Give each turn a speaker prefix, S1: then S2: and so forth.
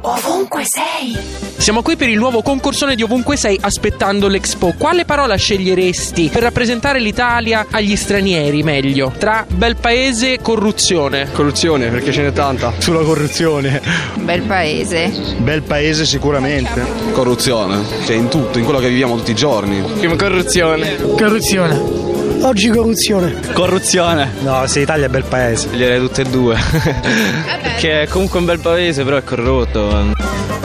S1: Ovunque sei!
S2: Siamo qui per il nuovo concorsone di Ovunque Sei aspettando l'Expo. Quale parola sceglieresti per rappresentare l'Italia agli stranieri meglio? Tra bel paese e corruzione.
S3: Corruzione, perché ce n'è tanta.
S4: Sulla corruzione.
S5: Bel paese.
S4: Bel paese sicuramente.
S6: Corruzione, cioè in tutto, in quello che viviamo tutti i giorni.
S2: Corruzione.
S7: Corruzione.
S8: Oggi corruzione.
S9: Corruzione.
S4: No, se l'Italia è bel paese.
S9: Sceglierei tutte e due. che è comunque un bel paese, però è corrotto.